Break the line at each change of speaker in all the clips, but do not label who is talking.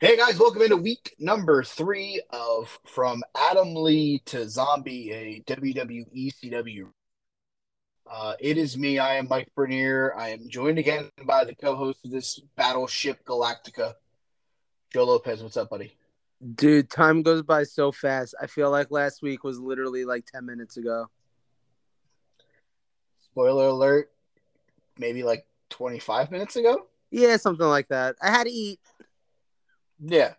Hey guys, welcome into week number three of From Adam Lee to Zombie, a WWE CW. Uh, it is me. I am Mike Bernier. I am joined again by the co host of this Battleship Galactica, Joe Lopez. What's up, buddy?
Dude, time goes by so fast. I feel like last week was literally like 10 minutes ago.
Spoiler alert, maybe like 25 minutes ago?
Yeah, something like that. I had to eat.
Yeah.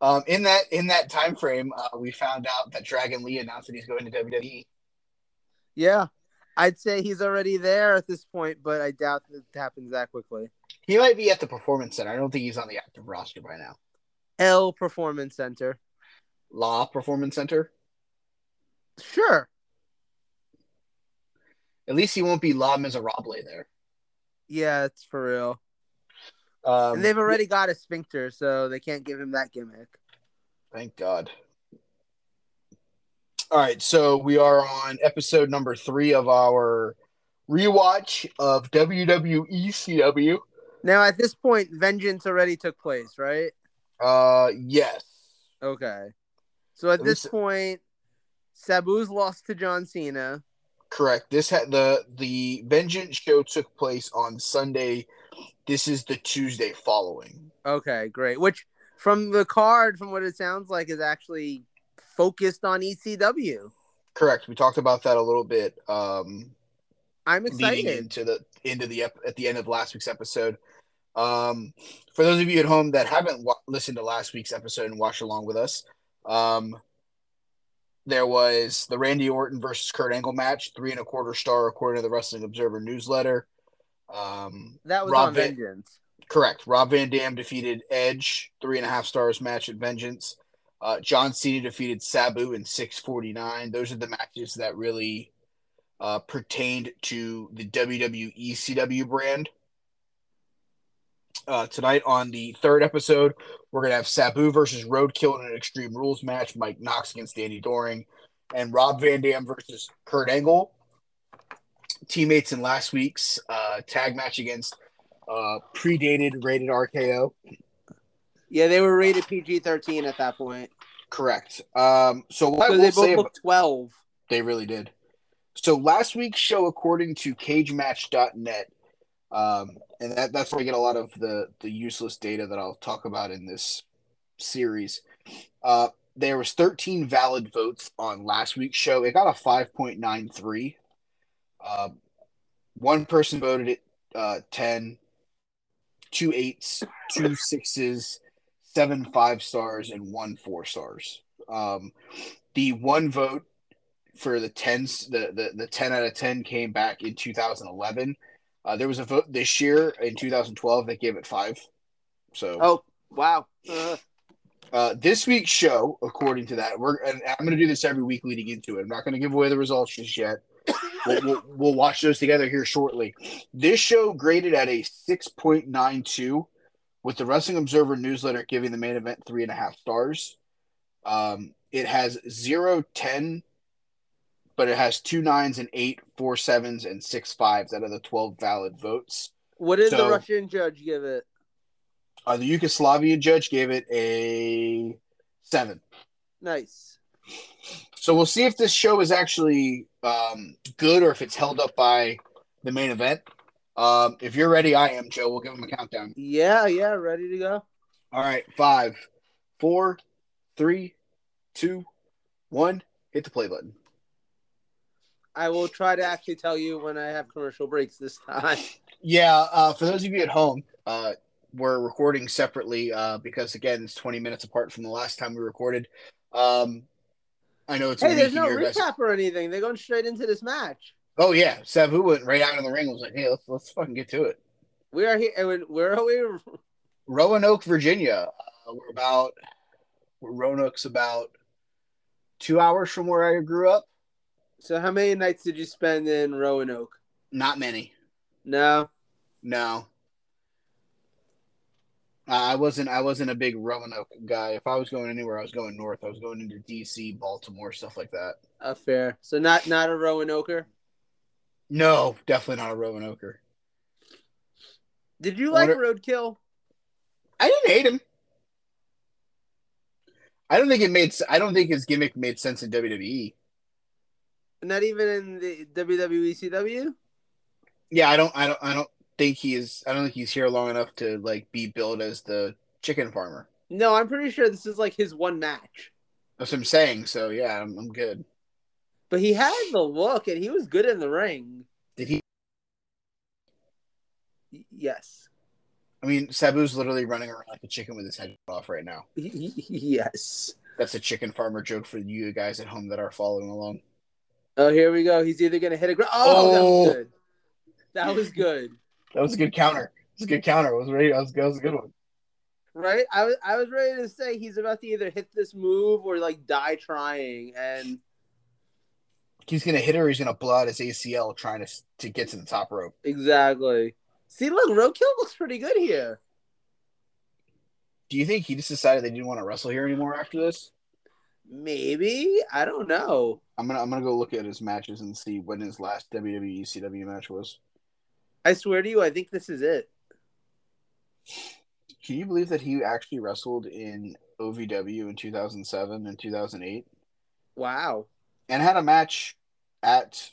Um, in that in that time frame, uh, we found out that Dragon Lee announced that he's going to E. WWE.
Yeah. I'd say he's already there at this point, but I doubt it happens that quickly.
He might be at the Performance Center. I don't think he's on the active roster by now.
L Performance Center.
Law Performance Center.
Sure.
At least he won't be La Miserable there.
Yeah, it's for real.
Um,
and they've already got a sphincter, so they can't give him that gimmick.
Thank God. All right, so we are on episode number three of our rewatch of E WWE CW.
Now, at this point, Vengeance already took place, right?
Uh, yes.
Okay. So
Let
at
me
this
see.
point, Sabu's lost to John Cena.
Correct. This had the the Vengeance show took place on Sunday. This is the Tuesday following.
Okay, great. Which, from the card, from what it sounds like, is actually focused on E ECW.
Correct. We talked about that a little bit. Um,
I'm
leading
excited.
into the into the ep- at the end of last week's episode. Um, for those of you at home that haven't wa- listened to last week's episode and watched along with us, um, there was the Randy Orton versus Kurt Angle match, three and a quarter star according to the Wrestling Observer newsletter. Um,
That was
Rob
on
Van-
Vengeance.
correct. Rob Van Dam defeated Edge, three and a half stars match at Vengeance. Uh, John Cena defeated Sabu in six forty nine. Those are the matches that really uh, pertained to the WWE CW brand. Uh, tonight on the third episode, we're gonna have Sabu versus Roadkill in an Extreme Rules match. Mike Knox against Danny Doring, and Rob Van Dam versus Kurt Angle, teammates in last week's uh, tag match against uh, predated Rated RKO.
Yeah, they were rated PG 13 at that point.
Correct. Um, so what I
So
will
they both
say about-
looked 12.
They really did. So last week's show, according to cagematch.net, um, and that, that's where I get a lot of the, the useless data that I'll talk about in this series. Uh, there was 13 valid votes on last week's show. It got a 5.93. Um, one person voted it uh, 10, two eights, two sixes, seven five stars, and one four stars. Um, the one vote for the tens the, the the 10 out of 10 came back in 2011 uh, there was a vote this year in 2012 that gave it five so
Oh, wow. Uh,
uh, this week's show according to that we're and i'm going to do this every week leading into it i'm not going to give away the results just yet we'll, we'll, we'll watch those together here shortly this show graded at a 6.92 with the wrestling observer newsletter giving the main event three and a half stars um, it has zero ten but it has two nines and eight four sevens and six fives out of the 12 valid votes
what did
So-
the Russian judge give it?
uh, the yugoslavia judge gave it a seven
Nice.
So we'll see if this show is actually um, good or if it's held up by the main event. Um, if you're ready, I am, Joe. We'll give him a countdown.
Yeah, yeah, ready to go.
All right, five, four, three, two, one. Hit the play button.
I will try to actually tell you when I have commercial breaks this time.
Yeah, uh, for those of you at home, uh, we're recording separately uh, because, again, it's 20 minutes apart from the last time we recorded. Um, I know it's a
hey, there's
week
no
in your guys-
recap or anything. They're going straight into this match.
Oh, yeah. Sabu went right out in the ring and was like, hey, let's, let's fucking get to it.
We are here. and Where are we?
Roanoke, Virginia. Uh, we're about Roanoke's about two hours from where I grew up.
So, how many nights did you spend in Roanoke?
Not many.
No.
No, I I wasn't. I wasn't a big Roanoke guy. If I was going anywhere, I was going north. I was going into D.C., Baltimore, stuff like that.
Uh, fair. So, not not a Roanoker.
No, definitely not a Roanoker.
Did you like
Wonder-
Roadkill?
I didn't hate him. I don't think it made. s- I don't think his gimmick made sense in E. WWE.
Not even in the E WWE CW.
Yeah, I don't. I don't. I don't think he is. I don't think he's here long enough to like be billed as the chicken farmer.
No, I'm pretty sure this is like his one match.
That's what I'm saying. So yeah, I'm, I'm good.
But he had the look, and he was good in the ring.
Did he?
Y- yes,
I mean, Sabu's literally running around like a chicken with his head cut off right now.
yes.
That's a chicken farmer joke for you guys at home that are following along.
Oh, here we go. He's either gonna hit a gr- oh,
Oh.
that was good. That was good,
That was a good counter. It was a good counter. It was ready. That was, that was a good one.
right? I was I was ready to say he's about to either hit this move or like die trying, and
He's gonna hit her. He's gonna blow out his ACL trying to to get to the top rope.
exactly. See, look, Roadkill looks pretty good here.
Do you think he just decided they didn't want to wrestle here anymore after this?
Maybe I don't know.
I'm gonna I'm gonna go look at his matches and see when his last WWE CW match was.
I swear to you, I think this is it.
Can you believe that he actually wrestled in OVW in 2007 and 2008
Wow.
and had a match at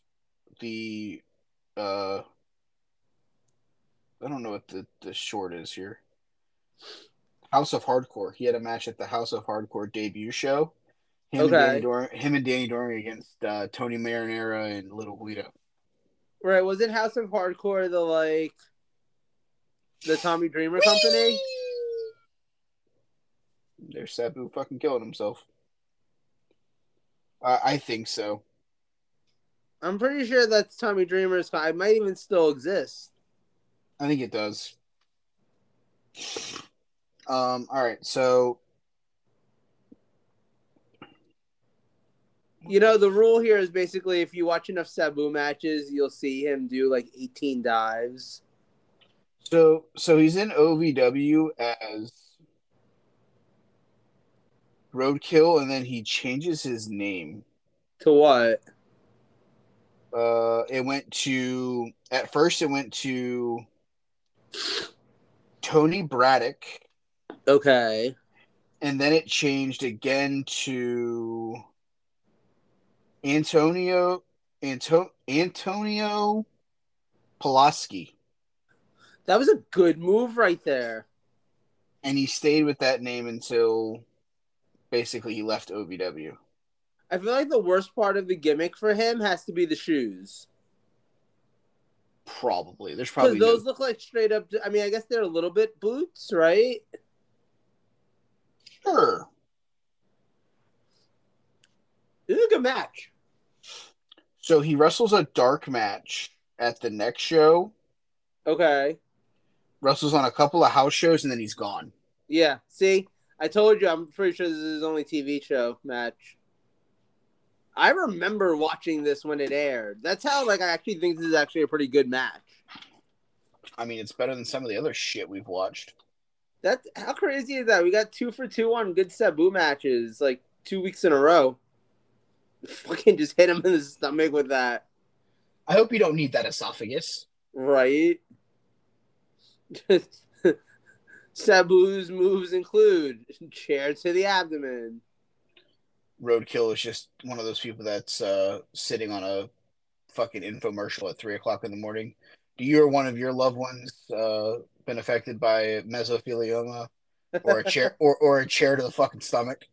the uh I don't know what the the short is here. House of Hardcore. He had a match at the House of Hardcore debut show. Him and
Okay.
Danny Dor- him and Danny Doring against uh, Tony Marinera and Little Guido.
Right, was it House of Hardcore the like the Tommy Dreamer company?
There's Sabu fucking killing himself. I I think so.
I'm pretty sure that's Tommy Dreamer's. co- It might even still exist.
I think it does. Um. All right. So
You know, the rule here is basically if you watch enough Sabu matches, you'll see him do like 18 dives.
so so he's in OVW as Roadkill, and then he changes his name.
To what?
Uh, it went to at first it went to Tony Braddock,
Okay.
and then it changed again to Antonio Anto, Antonio Pulaski,
That was a good move right there.
and he stayed with that name until basically he left OVW.
I feel like the worst part of the gimmick for him has to be the shoes.
Probably there's
Because
probably no-
those look like straight up. I mean, I guess they're a little bit boots, right?
sure.
This is a good match.
So he wrestles a dark match at the next show,
Okay.
wrestles on a couple of house shows, and then he's gone.
Yeah. See, I told you. I'm pretty sure this is his only TV show match. I remember watching this when it aired. That's how, like, I actually think this is actually a pretty good match.
I mean, it's better than some of the other shit we've watched.
That's how crazy is that? We got two for two on good Sabu matches, like two weeks in a row. Fucking just hit him in the stomach with that,
I hope you don't need that esophagus.
right? Sabu's moves include chair to the abdomen.
Roadkill is just one of those people that's uh, sitting on a fucking infomercial at three o'clock in the morning. Do you or one of your loved ones uh, been affected by mesothelioma or a chair or, or a chair to the fucking stomach?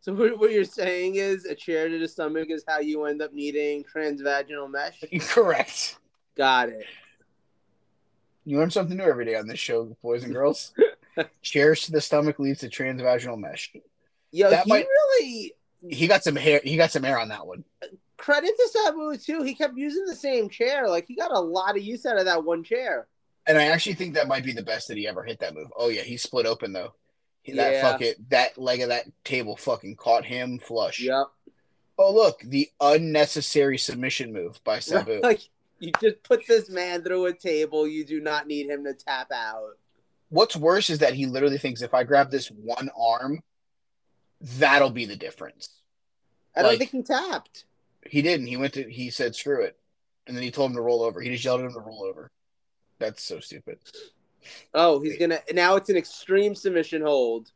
So what, what you're saying is a chair to the stomach is how you end up needing transvaginal mesh.
Correct.
Got it.
You learn something new every day on this show, boys and girls. Chairs to the stomach leads to transvaginal mesh.
Yo,
That
he
might-
really
He got some hair. He got some air on that one.
credit to Sabu too. He kept using the same chair. Like he got a lot of use out of that one chair.
And I actually think that might be the best that he ever hit that move. Oh yeah, he split open though. That
Yeah.
fucking that leg of that table fucking caught him flush.
Yep.
Oh look, the unnecessary submission move by Sabu.
like you just put this man through a table. You do not need him to tap out.
What's worse is that he literally thinks if I grab this one arm, that'll be the difference.
I don't
Like-
think he tapped.
He didn't. He went to he said screw it. And then he told him to roll over. He just yelled at him to roll over. That's so stupid.
Oh, he's gonna now. It's an extreme submission hold.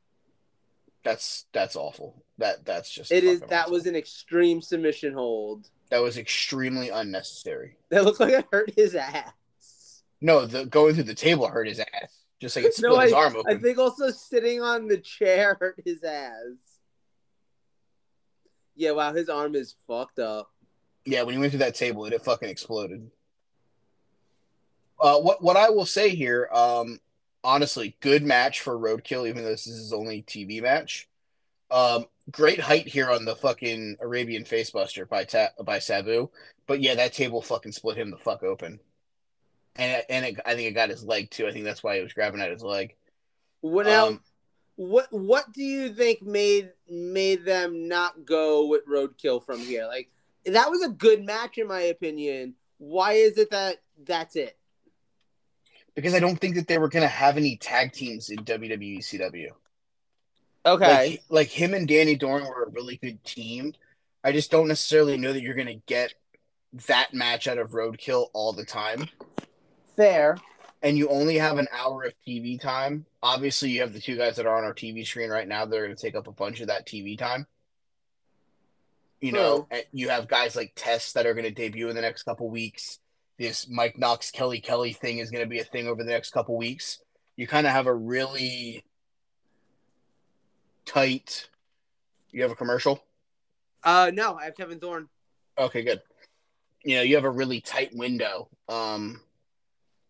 That's that's awful. That that's just
It is
fucking
that
awful.
was an extreme submission hold.
that was extremely unnecessary.
That looked like it hurt his ass.
No, the going through the table hurt his ass. Just like it
No,
split his arm
I
open.
think also sitting on the chair hurt his ass. Yeah, wow, his arm is fucked up.
Yeah, when he went through that table, it, it fucking exploded. Uh, what what I will say here, um, honestly, good match for Roadkill, even though this is his only TV match. Um, great height here on the fucking Arabian Facebuster by Ta- by Sabu, but yeah, that table fucking split him the fuck open, and and it, I think it got his leg too. I think that's why he was grabbing at his leg.
What now?
Um,
what What do you think made made them not go with Roadkill from here? Like that was a good match in my opinion. Why is it that that's it?
because I don't think that they were gonna have any tag teams in WWE CW. Like, like him and Danny Dorn were a really good team. I just don't necessarily know that you're going to get that match out of Roadkill all the time.
fair.
And you only have an hour of TV time. Obviously, you have the two guys that are on our TV screen right now that are going to take up a bunch of that TV time. You know, and you have guys like Tess that are going to debut in the next couple weeks. This Mike Knox, Kelly Kelly thing is going to be a thing over the next couple weeks. You kind of have a really tight. You have a commercial?
Uh, no, I have Kevin Thorne.
Okay, good. You know, you have a really tight window. Um,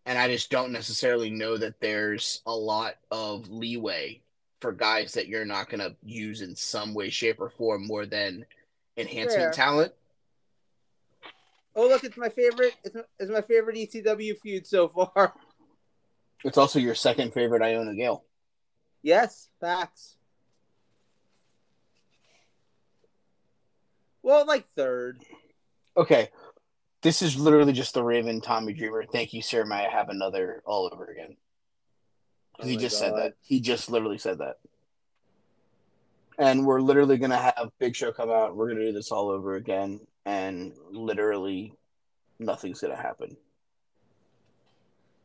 and I just don't necessarily know that there's a lot of leeway for guys that you're not going to use in some way, shape, or form more than enhancement
Fair.
talent.
Oh look, it's my favorite. It's, my- it's my favorite ECW feud so far.
It's also your second favorite Iona Gale.
Yes, facts. Well, like third.
Okay. This is literally just the Raven Tommy Dreamer. Thank you, sir. May I have another all over again? 'Cause he
Oh my
just said
God.
that. He just literally said that. And we're literally gonna have Big Show come out. We're gonna do this all over again, and literally nothing's gonna happen.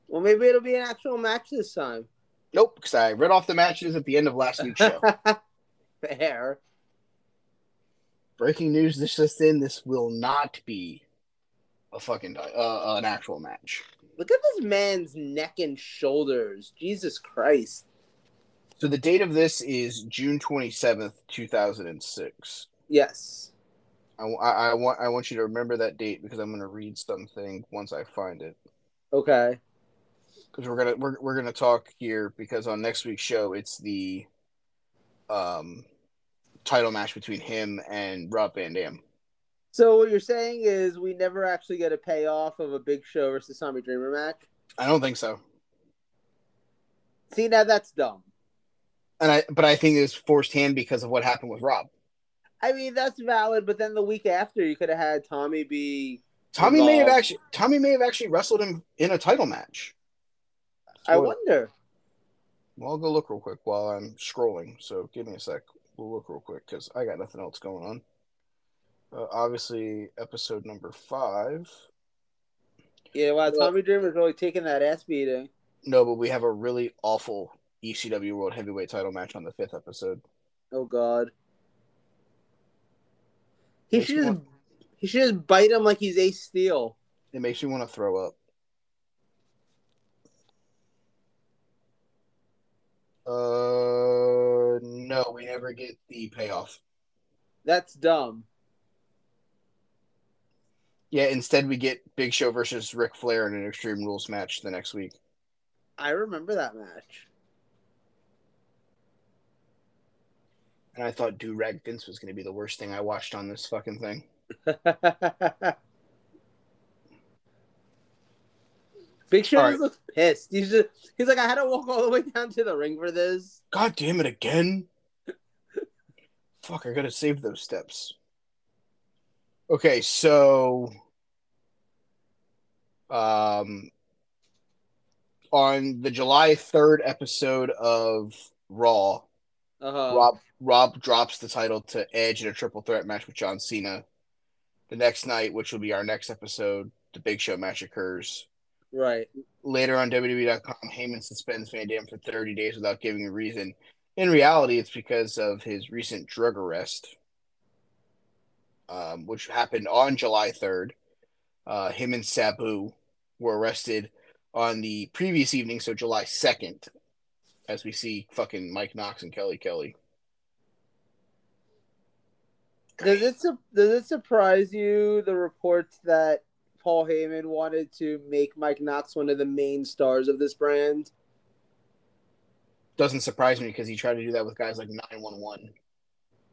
Well, maybe it'll be an actual match this time.
Nope, because I read off the matches at the end of last week's show.
Fair.
Breaking news: This just in, this will not be a fucking di- uh, an actual match.
Look at this man's neck and shoulders. Jesus Christ.
So the date of this is June twenty seventh, two thousand and six.
Yes.
I, I- I want I want you to remember that date because I'm gonna read something once I find it
Okay.
because we're gonna we're, we're gonna talk here because on next week's show it's the um title match between him and Rob Van Dam.
So what you're saying is we never actually get a payoff of a Big Show versus Tommy Dreamer match.
I don't think so,
See now that's dumb.
and I but I think it's forced hand because of what happened with Rob.
I mean that's valid, but then the week after you could have had Tommy be.
Tommy may have
Evolve.
actually Tommy may have actually wrestled him in a title match.
I
Spoiler.
wonder.
Well, I'll go look real quick while I'm scrolling. So give me a sec. We'll look real quick because I got nothing else going on. Uh, obviously, episode number five.
Yeah, wow,
Well-
Tommy Dreamer's really taking that ass beating.
No, but we have a really awful ECW World Heavyweight Title match on the fifth episode.
Oh God. He
Makes
should
me
just
want-
he should just bite him like he's Ace Steel.
It makes me want to throw up. Uh, no, we never get the payoff.
That's dumb.
Yeah, instead we get Big Show versus Ric Flair in an Extreme Rules match the next week.
I remember that match.
And I thought Do Rag Vince was going to be the worst thing I watched on this fucking thing.
Big Show
All right.
just looks pissed. He's just he's like, I had to walk all the way down to the ring for this.
God damn it again. Fuck, I gotta save those steps. Okay, so um on the July 3rd episode of Raw,
Uh-huh.
Rob Rob drops the title to Edge in a triple threat match with John Cena. The next night, which will be our next episode, the Big Show match occurs.
Right.
E Later on WWE.com, Heyman suspends Van Dam for 30 days without giving a reason. In reality, it's because of his recent drug arrest, um, which happened on July 3rd. Uh, him and Sabu were arrested on the previous evening, so July 2nd, as we see fucking Mike Knox and Kelly Kelly.
Does it su- does it surprise you the reports that Paul Heyman wanted to make Mike Knox one of the main stars of this brand?
Doesn't surprise me because he tried to do that with guys like 911.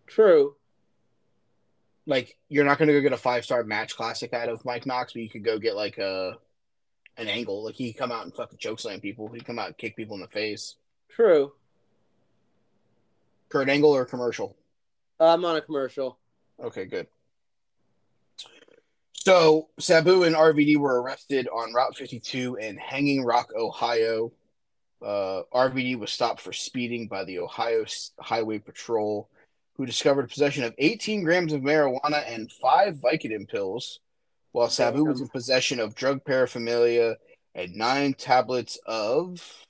True.
Like, you're not going to go get a five star match classic out of Mike Knox, but you could go get like a an angle. Like, he come out and fucking chokeslam people. He'd come out and kick people in the face.
True.
Kurt Angle or commercial?
Uh, I'm on a commercial.
Okay, good. So Sabu and RVD were arrested on Route 52 in Hanging Rock, Ohio. Uh, RVD was stopped for speeding by the Ohio S- Highway Patrol, who discovered possession of 18 grams of marijuana and five Vicodin pills, while Sabu was in possession of drug paraphernalia and nine tablets of.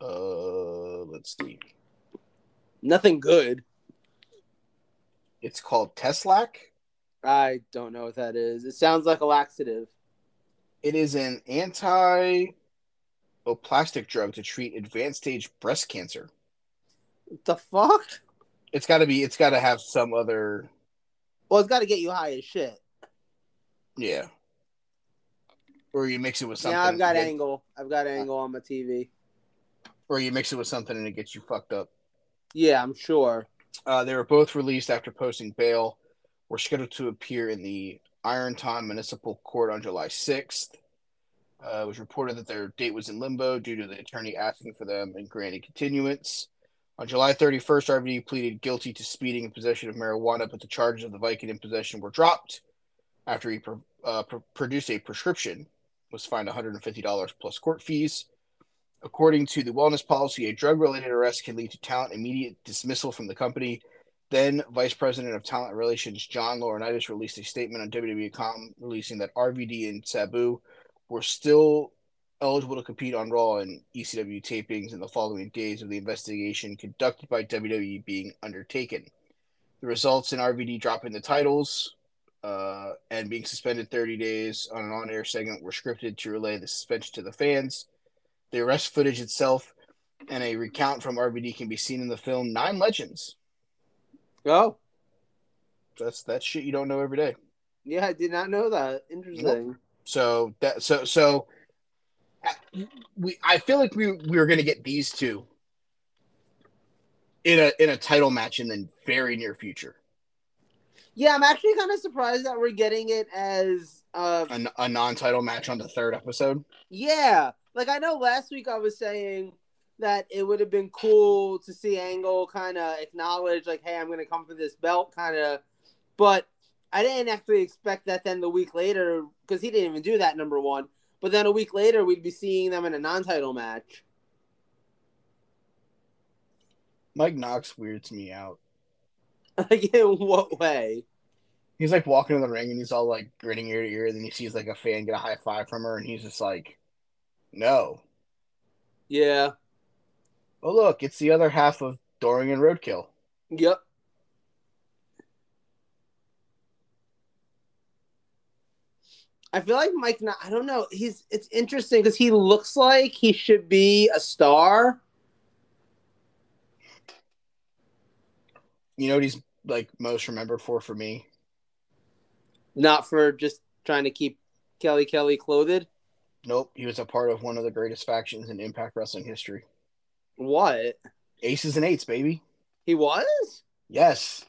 Uh, let's see.
Nothing good.
It's called Teslac.
I don't know what that is. It sounds like a laxative.
It is an anti oplastic drug to treat advanced stage breast cancer.
What the fuck?
It's got to be, it's got to have some other,
Well, it's got to get you high as shit.
yeah. Or you mix it with something.
Now I've got
and it-
angle. I've got angle on my TV.
Or you mix it with something and it gets you fucked up.
Yeah, I'm sure.
Uh, they were both released after posting bail. Were scheduled to appear in the Ironton Municipal Court on July 6th. Uh, it was reported that their date was in limbo due to the attorney asking for them and granting continuance. On July 31st, RVD pleaded guilty to speeding and possession of marijuana, but the charges of the Viking in possession were dropped after he pro- uh, pro- produced a prescription. Was fined $150 plus court fees. According to the wellness policy, a drug related arrest can lead to talent immediate dismissal from the company. Then, Vice President of Talent Relations John Laurinaitis released a statement on WWE.com releasing that RVD and Sabu were still eligible to compete on Raw and ECW tapings in the following days of the investigation conducted by WWE being undertaken. The results in RVD dropping the titles uh, and being suspended 30 days on an on air segment were scripted to relay the suspension to the fans. The arrest footage itself and a recount from RVD can be seen in the film Nine Legends.
Oh,
That's that shit you don't know every day.
yeah, I did not know that. Interesting.
So that so so I- we I feel like we we were gonna get these two in a in a title match in the very near future.
Yeah, I'm actually kind of surprised that we're getting it as uh,
A, a non title match on the third episode.
Yeah. Like I know last week I was saying that it would have been cool to see Angle kind of acknowledge like, "Hey, I'm going to come for this belt," kind of. But I didn't actually expect that. Then the week later, because he didn't even do that number one. But then a week later, we'd be seeing them in a non-title match.
Mike Knox weirds me out.
Like in what way?
He's like walking in the ring and he's all like grinning ear to ear. Then he sees like a fan get a high five from her and he's just like, no,
Yeah.
Oh look, it's the other half of Doring and Roadkill.
Yep. I feel like Mike. Not, I don't know. He's. It's interesting because he looks like he should be a star.
You know what he's like most remembered for for me?
not for just trying to keep Kelly Kelly clothed.
Nope, he was a part of one of the greatest factions in Impact Wrestling history.
What
Aces and Eights, baby.
he was?
Yes,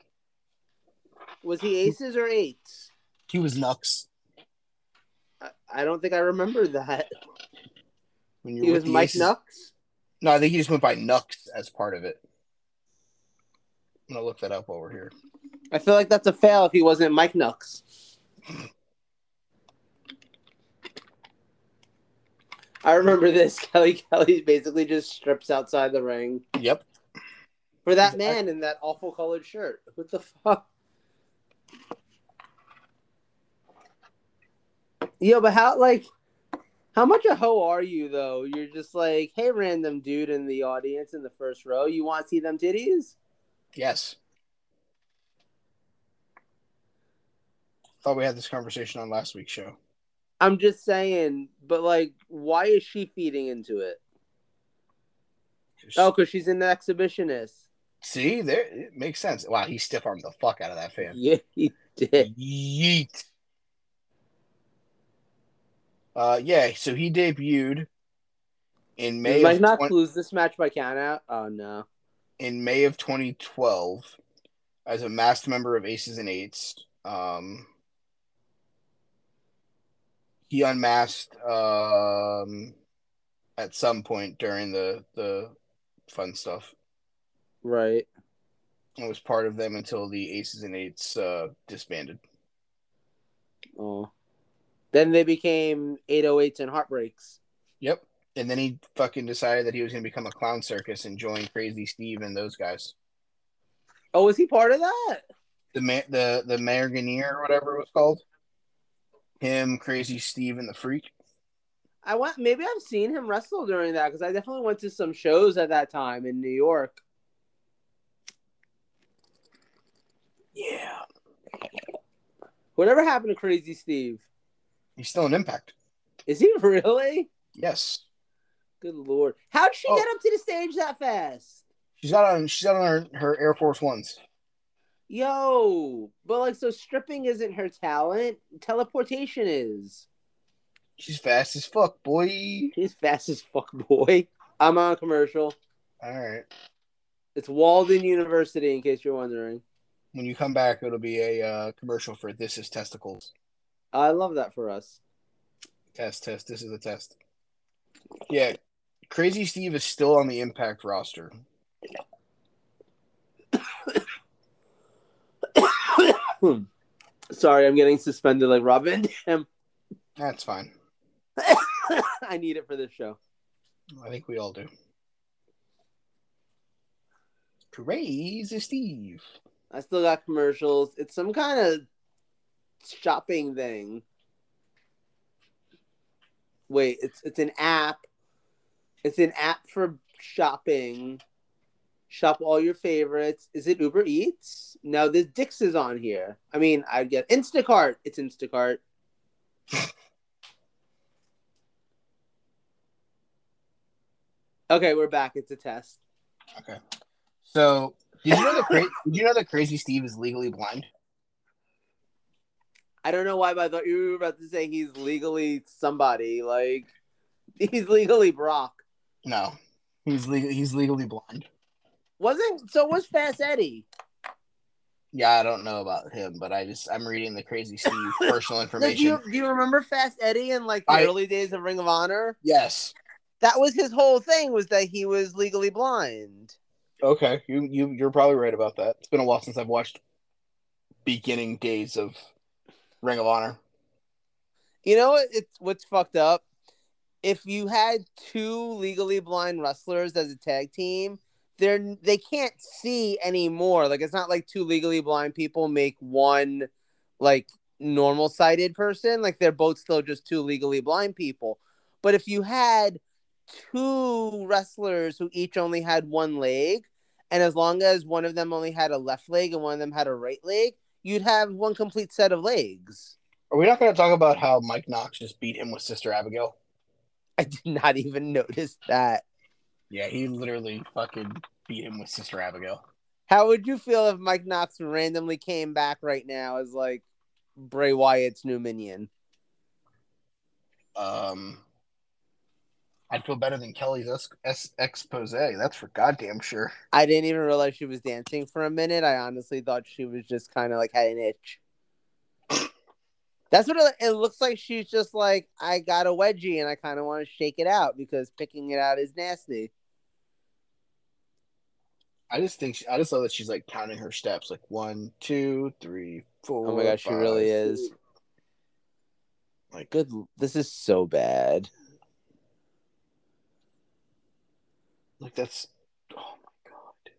Was he aces or eights?
he was Nux.
I, I don't think I remember that.
When
He was
with the
Mike
Aces-
Nux.
No, I think he just went by Nux as part of it. I'm gonna look that up while we're here.
I feel like that's a fail if he wasn't Mike Nux. I remember this. Kelly Kelly basically just strips outside the ring
Yep.
for that man in that awful colored shirt. What the fuck? Yo, but how like How much a hoe are you though? You're just like, hey, random dude in the audience in the first row, you want to see them titties?
Yes. Thought we had this conversation on last week's show.
I'm just saying, but like, why is she feeding into it? Oh, because she's an exhibitionist.
See, there it makes sense. Wow, he stiff armed the fuck out of that fan.
Yeah, he did.
Yeet. Uh, yeah, so he debuted in May
He might
of
not
20
lose this match by countout. Oh no.
in May of 2012 as a masked member of Aces and Eights. Um, he unmasked um, at some point during the the fun stuff
Right.
and was part of them until the Aces and Eights uh, disbanded.
Oh. Then they became 808s and heartbreaks.
Yep. And then he fucking decided that he was going to become a clown circus and join Crazy Steve and those guys.
Oh, was he part of that?
the ma- the the Mayor Ganeer or whatever it was called. Him, Crazy Steve, and the Freak.
I went. Maybe I've seen him wrestle during that because I definitely went to some shows at that time in New York.
Yeah,
Whatever happened to Crazy Steve?
he's still an impact.
Is he really?
Yes,
Good lord! How'd she
Oh.
get up to the stage that fast?
she's out on she's out on her, her Air Force Ones.
Yo, but like, so stripping isn't her talent. Teleportation is.
She's fast as fuck, boy.
She's fast as fuck, boy. I'm on commercial.
All right,
It's Walden University, in case you're wondering.
when you come back, it'll be a uh, commercial for "This Is Testicles."
I love that for us.
Test, test. This is a test. Yeah, Crazy Steve is still on the Impact roster.
Sorry, I'm getting suspended like Robin. Damn.
That's fine.
I need it for this show.
I think we all do. Crazy Steve.
I still got commercials. It's some kind of shopping thing. Wait, it's it's an app. It's an app for shopping. Shop all your favorites. Is it Uber Eats? No, there's Dix is on here. I mean, I get Instacart. It's Instacart. okay, we're back. It's a test.
Okay. So did you know that cra- did you know that Crazy Steve is legally blind?
I don't know why, but I thought you were about to say he's legally somebody. Like he's legally Brock.
No, he's legal. He's legally blind.
Wasn't so was Fast Eddie.
Yeah, I don't know about him, but I just I'm reading the Crazy Steve personal
Like, do,
information.
you, do you remember Fast Eddie in like the
I-
early days of Ring of Honor?
Yes.
That was his whole thing was that he was legally blind.
Okay. You you you're probably right about that. It's been a while since I've watched beginning days of Ring of Honor.
You know what it's what's fucked up? If you had two legally blind wrestlers as a tag team, they're they can't see anymore. Like it's not like two legally blind people make one like normal sighted person. Like they're both still just two legally blind people. But if you had two wrestlers who each only had one leg, and as long as one of them only had a left leg and one of them had a right leg, you'd have one complete set of legs.
Are we not going to talk about how Mike Knox just beat him with Sister Abigail?
I did not even notice that.
Yeah, he literally fucking beat him with Sister Abigail.
How would you feel if Mike Knox randomly came back right now as like Bray Wyatt's new minion?
Um, I'd feel better than Kelly's es- es- expose. That's for goddamn sure.
I didn't even realize she was dancing for a minute. I honestly thought she was just kind of like had an itch. That's what it, it looks like. She's just like, I got a wedgie and I kind of want to shake it out because picking it out is nasty.
I just think she, I just love that she's like counting her steps, like one, two, three, four.
Oh my gosh, she
five,
really
six.
is.
Like,
Good. l- This is so bad.
like that's. Oh my god.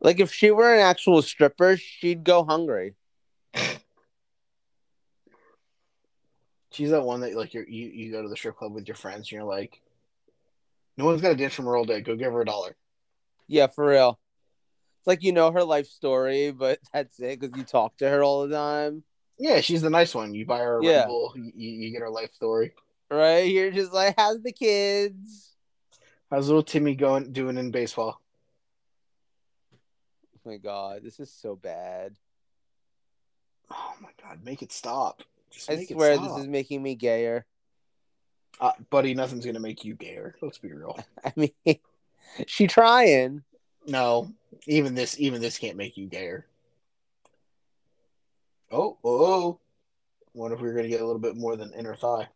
Like if she were an actual stripper, she'd go hungry.
She's that one that like you're, you you go to the strip club with your friends and you're like, no one's got a dance from her all day. Go give her a dollar.
Yeah, for real. It's like you know her life story, but that's it because you talk to her all the time,
Yeah, she's the nice one. You buy her a
Yeah.
Red Bull. You, you get her life story.
right? You're just like, how's the kids?
How's little Timmy going doing in baseball?
Oh my god, this is so bad.
Oh my god, make it stop! Just
I
make it
swear
stop.
this is making me gayer.
Uh, buddy, nothing's gonna make you gayer. Let's be real.
I mean, she trying.
No, even this, even this can't make you gayer. Oh, oh, oh. wonder if we are gonna get a little bit more than inner thigh.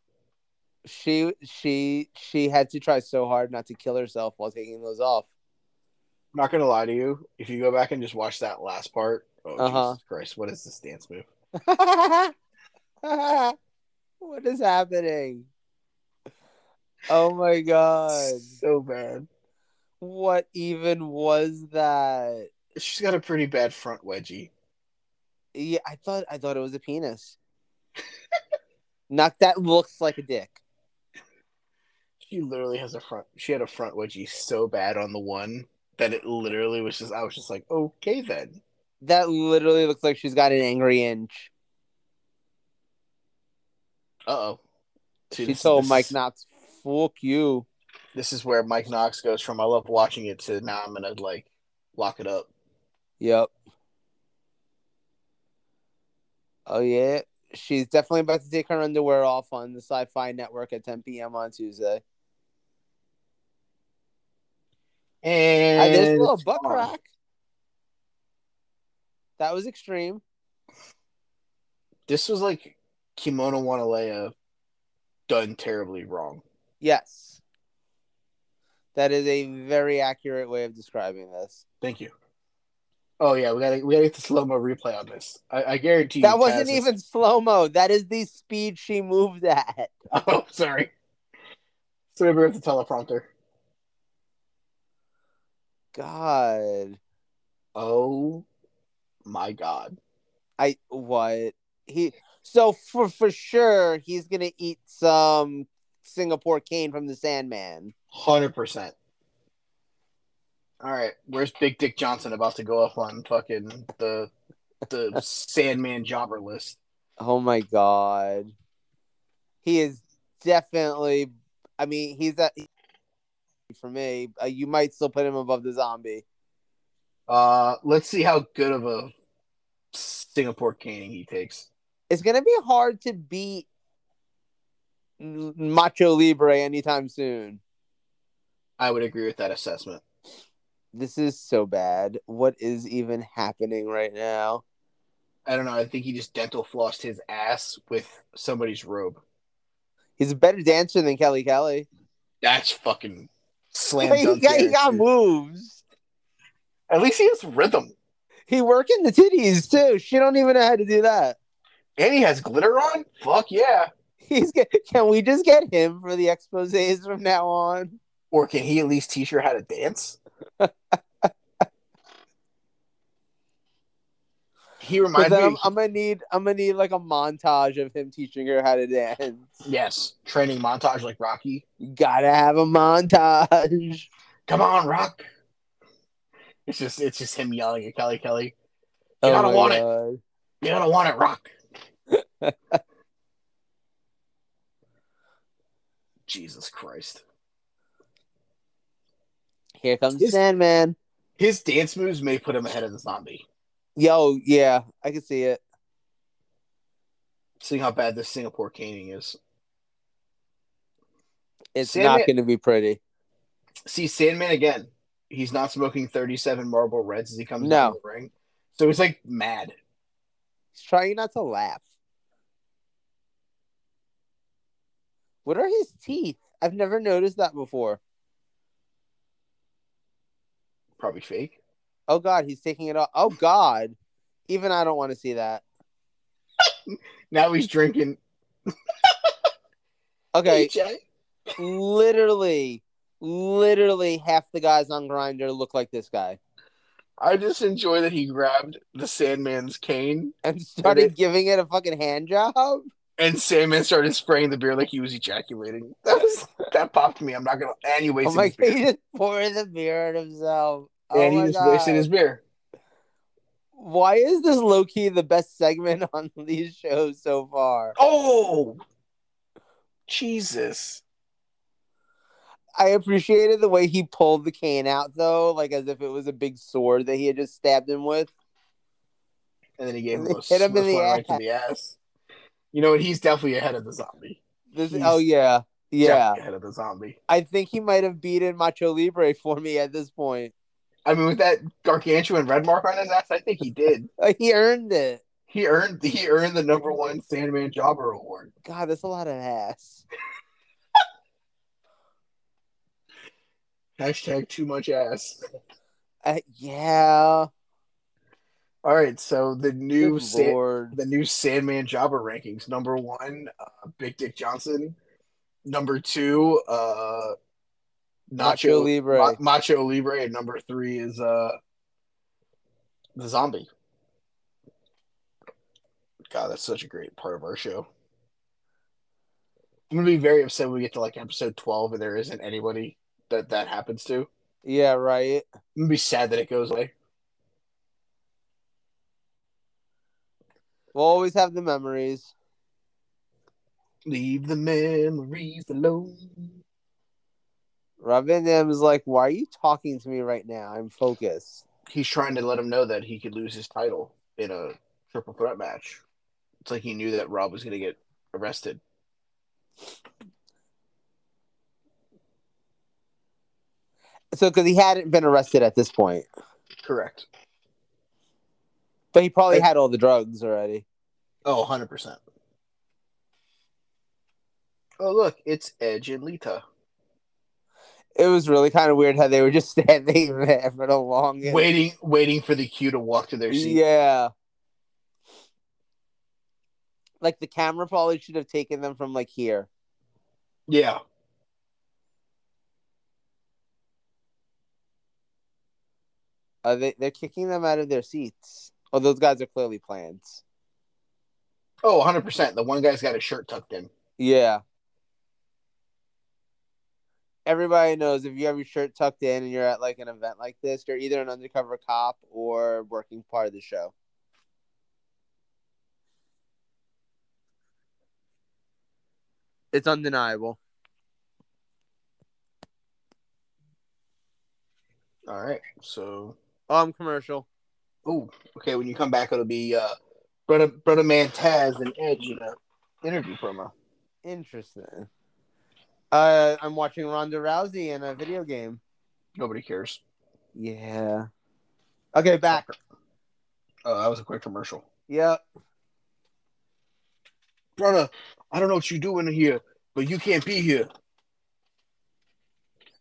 She she she had to try so hard not to kill herself while taking those off.
I'm not gonna lie to you. If you go back and just watch that last part, oh
Uh-huh.
Jesus Christ, what is this dance move?
what is happening? Oh my god.
So bad.
What even was that?
She's got a pretty bad front wedgie.
Yeah, I thought I thought it was a penis. Not that looks like a dick.
She literally has a front. She had a front wedgie so bad on the one that it literally was just. I was just like, okay then.
That literally looks like she's got an angry inch.
Uh oh.
She told Mike Knox, "Fuck you."
This is where Mike Knox goes from. I love watching it to now. I'm gonna like lock it up.
Yep. Oh yeah, she's definitely about to take her underwear off on the Sci-Fi Network at 10 p.m. on Tuesday. Uh,
And
there's a little
it's
butt
gone.
crack. That was extreme.
This was like Kimono Wanalea done terribly wrong.
Yes, that is a very accurate way of describing this.
Thank you. Oh yeah, we gotta we gotta get the slow mo replay on this. I, I guarantee you
That wasn't
Taz is-
even slow mo. That is the speed she moved at.
Oh, sorry. So we have the teleprompter.
God,
Oh my god.
I what he? So for for sure, he's gonna eat some Singapore cane from the Sandman.
Hundred percent. All right, where's Big Dick Johnson about to go up on fucking the the Sandman jobber list?
Oh my God, he is definitely. I mean, he's a for me. Uh, you might still put him above the zombie.
Uh, let's see how good of a Singapore caning he takes.
It's gonna be hard to beat M- Macho Libre anytime soon.
I would agree with that assessment.
This is so bad. What is even happening right now?
I don't know. I think he just dental flossed his ass with somebody's robe.
He's a better dancer than Kelly Kelly.
That's fucking slam
Like, he
dunk.
got, he
there,
got
dude.
moves.
At least he has rhythm,
He working the titties too. She don't even know how to do that.
and he has glitter on. Fuck yeah!
He's get, can we just get him for the exposés from now on?
Or can he at least teach her how to dance? he
But
reminds me.
then I'm, I'm gonna need I'm gonna need like a montage of him teaching her how to dance.
yes, training montage like Rocky.
Gotta have a montage.
Come on, Rock. It's just it's just him yelling at Kelly Kelly.
Oh
gotta
my
want it.
God.
You gotta want it, Rock. Jesus Christ.
Here comes
This-
Sandman.
His dance moves may put him ahead of the zombie.
Yo, yeah, I can see it.
Seeing how bad this Singapore caning is.
It's
Sandman-
not gonna be pretty.
see Sandman again. He's not smoking 37 Marble Reds as he comes
No.
down the ring. So he's like mad.
He's trying not to laugh. What are his teeth? I've never noticed that before.
Probably fake.
Oh God, he's taking it off. Oh God, even I don't want to see that.
Now he's drinking. Hey,
Okay,
Jay.
literally, literally half the guys on Grinder look like this guy
I just enjoy that he grabbed the Sandman's cane
and started
And it-
giving it a fucking hand job. Oh,
and Sandman started spraying the beer like he was ejaculating. That was that popped me. I'm not gonna and he wasted
Oh my
his
god,
beer.
he just poured the beer on himself. Oh
and
my
he just
god.
wasted his beer.
Why is this low key the best segment on these shows so far?
Oh Jesus.
I appreciated the way he pulled the cane out though, like as if it was a big sword that he had just stabbed him with.
And then he gave him
They
a
hit him in the
swift one right to the ass. You know what? He's definitely ahead of the zombie.
This
He's-
oh yeah. Yeah.
Definitely ahead of the zombie.
I think he might have beaten Macho Libre for me at this point.
I mean, with that gargantuan red mark on his ass, I think he did.
Like he earned it.
He earned he earned the number one Sandman Jobber Award.
God, that's a lot of ass.
Hashtag too much ass.
Uh, yeah.
All right, so the new
Good
Sa-
Lord.
the new Sandman Jobber rankings. Number one, uh, Big Dick Johnson. Number two, uh,
Nacho
Nacho,
Libre.
Ma- Macho Libre, and number three is uh, the Zombie. God, that's such a great part of our show. I'm gonna be very upset when we get to like episode 12 and there isn't anybody that that happens to. I'm
yeah, right.
gonna be sad that it goes away.
We'll always have the memories.
Leave the memories alone.
Robin M is like, why are you talking to me right now? I'm focused.
he's trying to let him know that he could lose his title in a triple threat match. It's like he knew that Rob was going to get arrested.
So, because he hadn't been arrested at this point,
Correct.
but he probably had all the drugs already.
Oh, 100%. Oh, look, it's Edge and Lita.
It was really kind of weird how they were just standing there for the longest.
Waiting waiting for the cue to walk to their seat.
Yeah. Like the camera probably should have taken them from like here.
Yeah.
Uh, they, they're kicking them out of their seats. Oh, those guys are clearly plans.
Oh, 100%. The one guy's got his shirt tucked in.
Yeah. Everybody knows if you have your shirt tucked in and you're at like an event like this, you're either an undercover cop or working part of the show. It's undeniable.
All right. So,
Um, commercial.
oh, okay. When you come back, it'll be uh, Brother, Brother Man Taz and Edge in a interview promo.
Interesting. Uh, I'm watching Ronda Rousey in a video game.
Nobody cares.
Yeah. Okay, back.
Oh, that was a quick commercial.
Yep.
brother, I don't know what you're doing here, but you can't be here.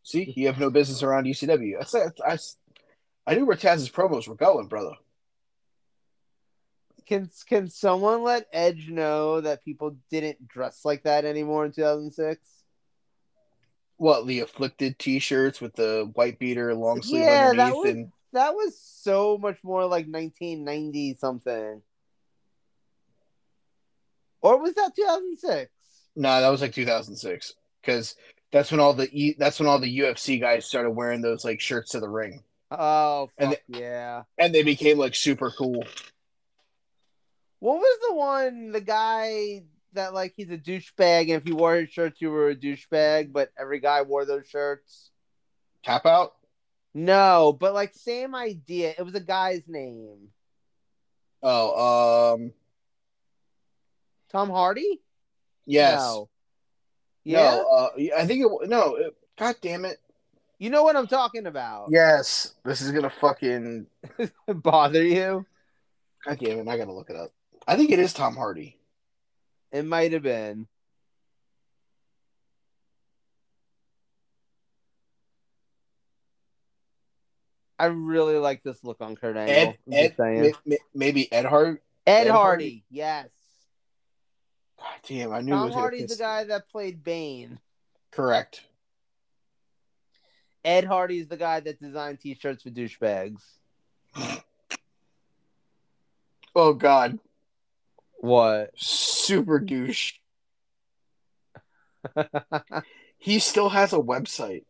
See, you have no business around E ECW. I said, I, s- I knew where Taz's promos were going, brother.
Can can someone let Edge know that people didn't dress like that anymore in 2006?
What the afflicted T-shirts with the white beater, long sleeve
Yeah, that
underneath,
was-
and
That was so much more like 1990 something. Or was that 2006?
no, that was like 2006 because that's when all the E- that's when all the UFC guys started wearing those like shirts to the ring,
Oh,
And
fuck yeah.
and they became like super cool.
What was the one, the guy that like he's a douchebag and if you wore his shirts, you were a douchebag, but every guy wore those shirts?
Tap out.
No, but like same idea. It was a guy's name.
Oh, um,
Tom Hardy?
yes.
No. Yeah.
No, uh, I think it. w- No, it, God damn it.
You know what I'm talking about.
Yes, this is gonna fucking.
Bother you?
God damn it! I gotta look it up. I think it is Tom Hardy.
It might have been. I really like this look on Kurt Angle.
Ed,
I'm
Ed
just saying.
may- may- maybe Ed Hart.
Ed
Ed
Hardy.
Hardy.
Yes.
God damn, I knew it
Tom
was gonna
Hardy's the
piss-
guy that played Bane.
Correct.
Ed Hardy's the guy that designed T-shirts for douchebags.
Oh God,
What?
Super douche. He still has a website.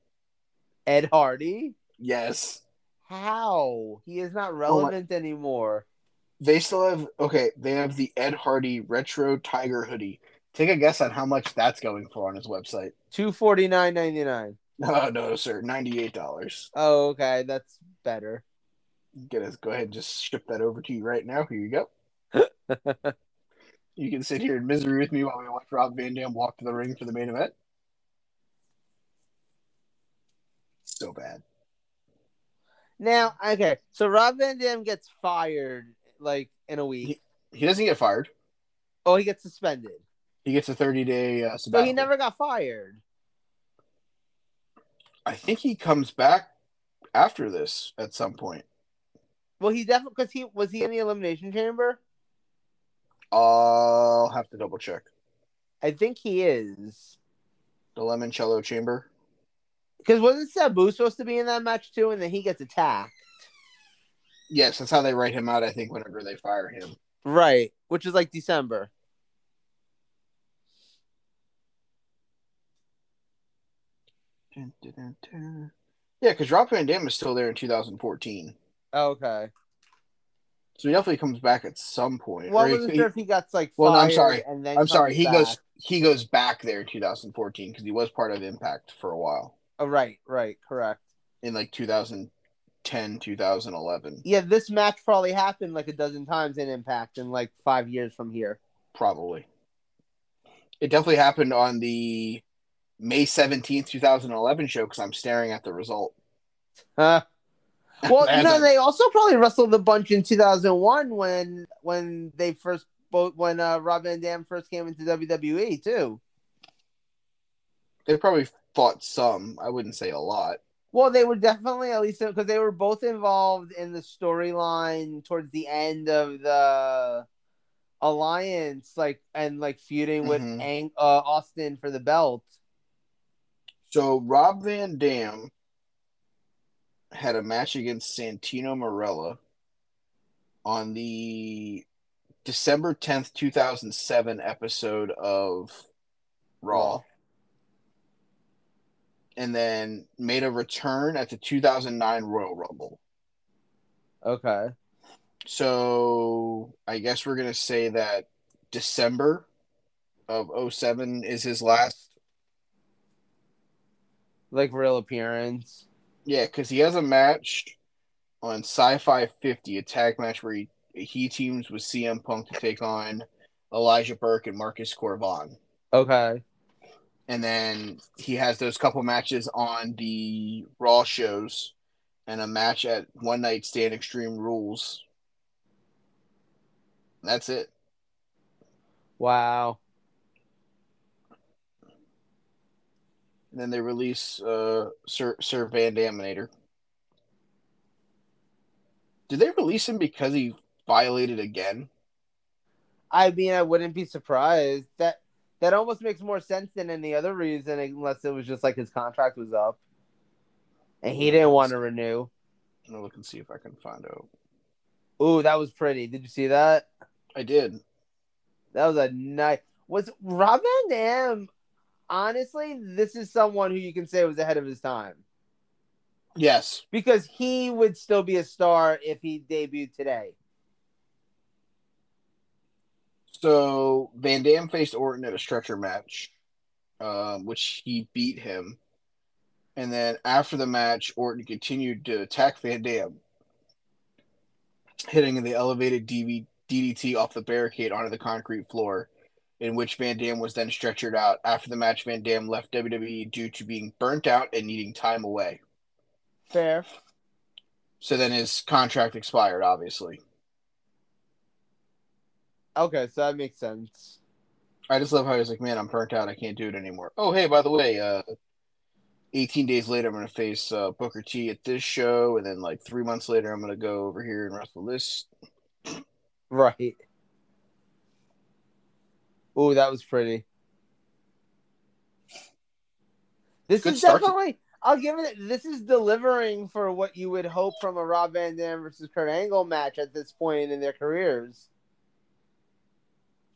Ed Hardy?
Yes.
How? He is
Oh
not relevant anymore.
They still have okay, they have the Ed Hardy retro tiger hoodie. Take a guess on how much that's going for on his website.
Two forty nine ninety nine.
No, no, sir. Ninety-eight dollars.
Oh, okay, that's better.
Get us go ahead and just ship that over to you right now. Here you go. you can sit here in misery with me while we watch Rob Van Dam walk to the ring for the main event. So bad.
Now, okay, so Rob Van Dam gets fired like in a week.
He doesn't get fired.
Oh, he gets suspended.
He gets a 30 day uh,
So
sabbatical.
he never got fired.
I think he comes back after this at some point.
Well, he definitely because he was he in the elimination chamber.
I'll have to double check.
I think he is.
The Lemoncello Chamber.
Because wasn't Sabu supposed to be in that match too, and then he gets attacked?
Yes, that's how they write him out, I think, whenever they fire him.
Right, which is like December.
Yeah, because Rob Van Dam is still there in 2014.
Okay.
So he definitely comes back at some point.
Well, I
Or he-
wasn't
he-
sure if he got like.
Well, no, I'm
fired
sorry.
And then
I'm sorry,
comes
he
back.
goes he goes back there in 2014 because he was part of Impact for a while
Oh, right, right, correct.
in like 2010, 2011,
Yeah, this match probably happened like a dozen times in Impact in like five years from here.
probably. It definitely happened on the May 17th, 2011 show because I'm staring at the result.
Huh. Well,
As
no,
of-
they also probably wrestled a bunch in 2001 when when they first both when uh, Rob Van Dam first came into WWE too.
they probably fought some. I wouldn't say a lot.
Well, they were definitely at least because they were both involved in the storyline towards the end of the alliance, like and like feuding with
Mhm.
Ang- uh, Austin for the belt.
So Rob Van Dam had a match against Santino Morella on the December 10th, 2007 episode of Raw. And then made a return at the 2009 Royal Rumble.
Okay.
So I guess we're going to say that December of 07 is his last
like real appearance.
Yeah, because he has a match on Sci-Fi 50, a tag match where he, he teams with CM Punk to take on Elijah Burke and Marcus Corvon.
Okay.
And then he has those couple matches on the Raw shows and a match at One Night Stand Extreme Rules. That's it.
Wow.
And then they release uh, Sir, Sir Van Daminator. Did they release him because he violated again?
I mean, I wouldn't be surprised. That that almost makes more sense than any other reason, unless it was just like his contract was up and he didn't want to renew.
I'm gonna look and see if I can find out.
Ooh, that was pretty. Did you see that?
I did.
That was a nice. Was Rob Van Dam? Honestly, this is someone who you can say was ahead of his time
Yes.
because he would still be a star if he debuted today.
So Van Dam faced Orton at a stretcher match, um, which he beat him. And then after the match, Orton continued to attack Van Dam, hitting the elevated DV- DDT off the barricade onto the concrete floor, in which Van Dam was then stretchered out. After the match, Van Dam left WWE due to being burnt out and needing time away.
Fair.
So then his contract expired, obviously.
Okay, so that makes sense.
I just love how he's like, man, I'm burnt out. I can't do it anymore. Oh, hey, by the way, uh, 18 days later, I'm going to face uh, Booker T at this show. And then, like, three months later, I'm going to go over here and wrestle this.
Right. Ooh, that was pretty. This
Good
is
start to-
definitely. I'll give it. This is delivering for what you would hope from a Rob Van Dam versus Kurt Angle match at this point in their careers.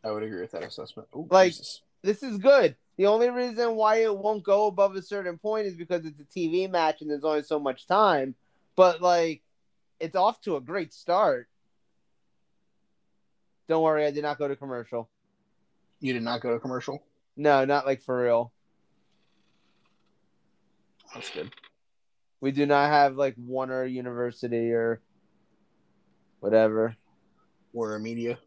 I would agree with that assessment. Ooh,
Like-
Jesus.
This is good. The only reason why it won't go above a certain point is because it's a TV match and there's only so much time. But like, it's off to a great start. Don't worry, I did not go to commercial.
you did not go to commercial.
No, not like for real.
That's good.
We do not have like Warner University or whatever.
We're a media.